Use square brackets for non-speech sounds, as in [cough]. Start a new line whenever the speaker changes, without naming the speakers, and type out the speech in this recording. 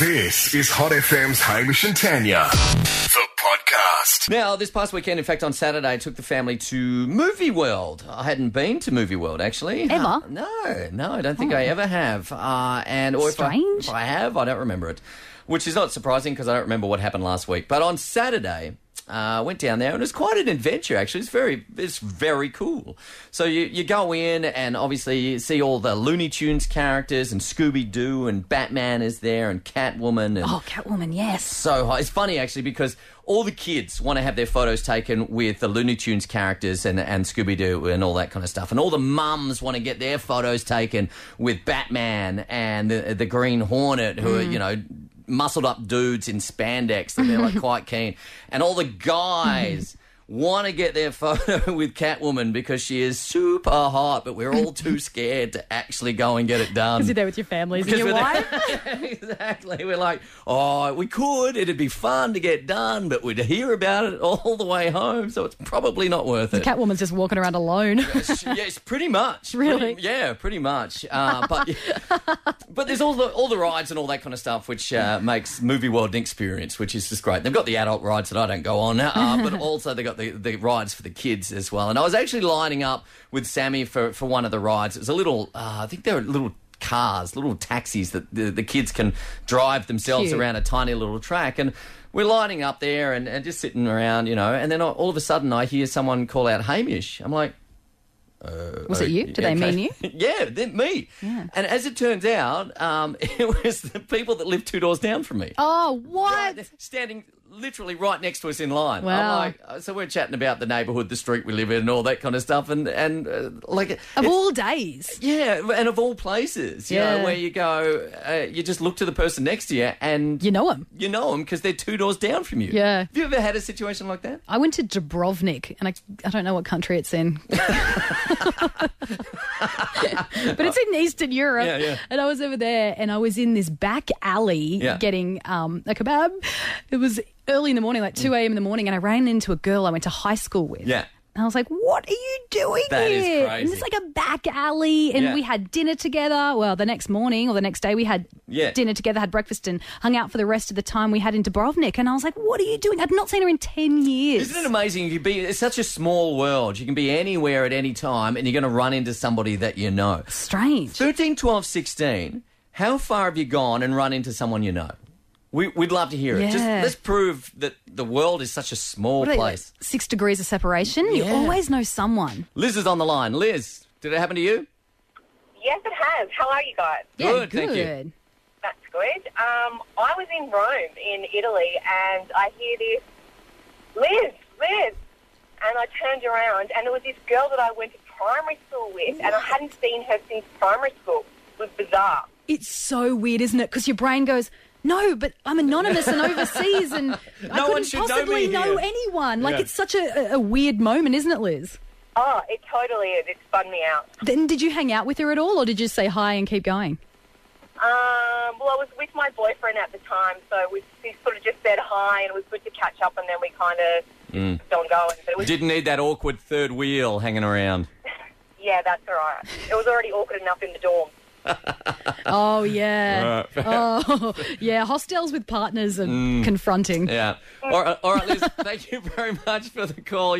This is Hot FM's Hamish and Tanya, the podcast.
[laughs] Now, this past weekend, in fact, on Saturday, I took the family to Movie World. I hadn't been to Movie World actually.
Ever? Oh.
Uh, no, no, I don't think I ever have. Uh, and or if I-
Strange.
if I have, I don't remember it, which is not surprising because I don't remember what happened last week. But on Saturday, uh, went down there and it was quite an adventure. Actually, it's very it's very cool. So you you go in and obviously you see all the Looney Tunes characters and Scooby Doo and Batman is there and Catwoman and
Oh, Catwoman, yes.
so high. It's funny actually because all the kids want to have their photos taken with the Looney Tunes characters and, and Scooby Doo and all that kind of stuff, and all the mums want to get their photos taken with Batman and the, the Green Hornet, who are you know. Muscled up dudes in spandex that they're like quite keen, and all the guys want to get their photo [laughs] with Catwoman because she is super hot, but we're all too scared to actually go and get it done.
You're there with your families and your
Because [laughs]
wife.
exactly. We're like, oh, we could. It'd be fun to get done, but we'd hear about it all the way home, so it's probably not worth it.
Catwoman's just walking around
[laughs]
alone.
yes, pretty much.
Really?
Pretty- yeah, pretty much. Uh, but [laughs] but there's all the all the rides and all that kind of stuff, which uh, makes movie world an experience, which is just great. They've got the adult rides that I don't go on,
[laughs]
uh, but also they got the, the rides for the kids as well. And I was actually lining up with Sammy for for one of the rides. It was a little, uh, I think they were little. Cars, little taxis that the, the kids can drive themselves
Cute.
around around a tiny little track and we're lining up there and, and just sitting around, you know, and then all- all of a sudden I hear someone call out Hamish. I'm like,
Was it you? Did
okay.
they mean you?
Oh, [laughs] yeah, they- me. And as it turns out, um, [laughs] it was the people that lived two doors down from me.
Oh,
Right,
what?
they're standing literally right next to us in line. I'm
Wow.
like, uh, so we're chatting about the neighbourhood, the street we live in, and all that kind of stuff. And and uh, like,
Of
it's-
all days.
yeah, and of all places, you know,
Yeah.
where you go, uh, you just look to the person next to you, and
You know him.
you know them because they're two doors down from you.
Yeah.
Have you ever had a situation like that?
I went to Dubrovnik, and I, I don't know what country it's in. [laughs] but it's in Eastern Europe.
Yeah, yeah.
And I was over there, and I was in this back alley
Yeah.
getting um, a kebab. It was early in the morning, like 2 a.m. in the morning, and I ran into a girl I went to high school with.
Yeah.
And I was like, what are you doing
That
here?
is
And
crazy.
it's like a back alley. And
Yeah.
we had dinner together. Well, the next morning or the next day, we had
Yeah.
dinner together, had breakfast, and hung out for the rest of the time we had in Dubrovnik. And I was like, what are you doing? I'd not seen her in 10 years.
Isn't it amazing? You be it's such a small world. You can be anywhere at any time, and you're going to run into somebody that you know.
Strange.
13, 12, 16, How far have you gone and run into someone you know? We, we'd love to hear it. Just
Yeah.
let's prove that the world is such a small
What are they,
place.
Six degrees of separation. You
Yeah.
always know someone.
Liz is on the line. Liz, did it happen to you?
Yes, it has. How are you guys?
Good, thank you.
That's good. Um, I was in Rome in Italy and I hear this, Liz, Liz. And I turned around and it was this girl that I went to primary school with and I hadn't seen her since primary school. It was bizarre.
It's so weird, isn't it? Because your brain goes, no, but I'm anonymous and
[laughs]
overseas, and I
one
couldn't
should know
possibly
me
know,
here."
anyone. Like
Yeah.
it's such a, a- a weird moment, isn't it, Liz?
Oh, it totally is. It spun me out.
Then did you hang out with her at all, or did you just say hi and keep going?
Um, well, I was with my boyfriend at the time, so we he sort of just said hi and it was good to catch up and then we kind of kept on going. But it was,
Didn't need that awkward third wheel hanging around.
yeah, that's all right. It was already awkward enough in the dorm.
Oh yeah, oh [laughs] yeah. Hostels with partners and confronting.
[laughs] Yeah. All right, all right Liz, thank you very much for the call.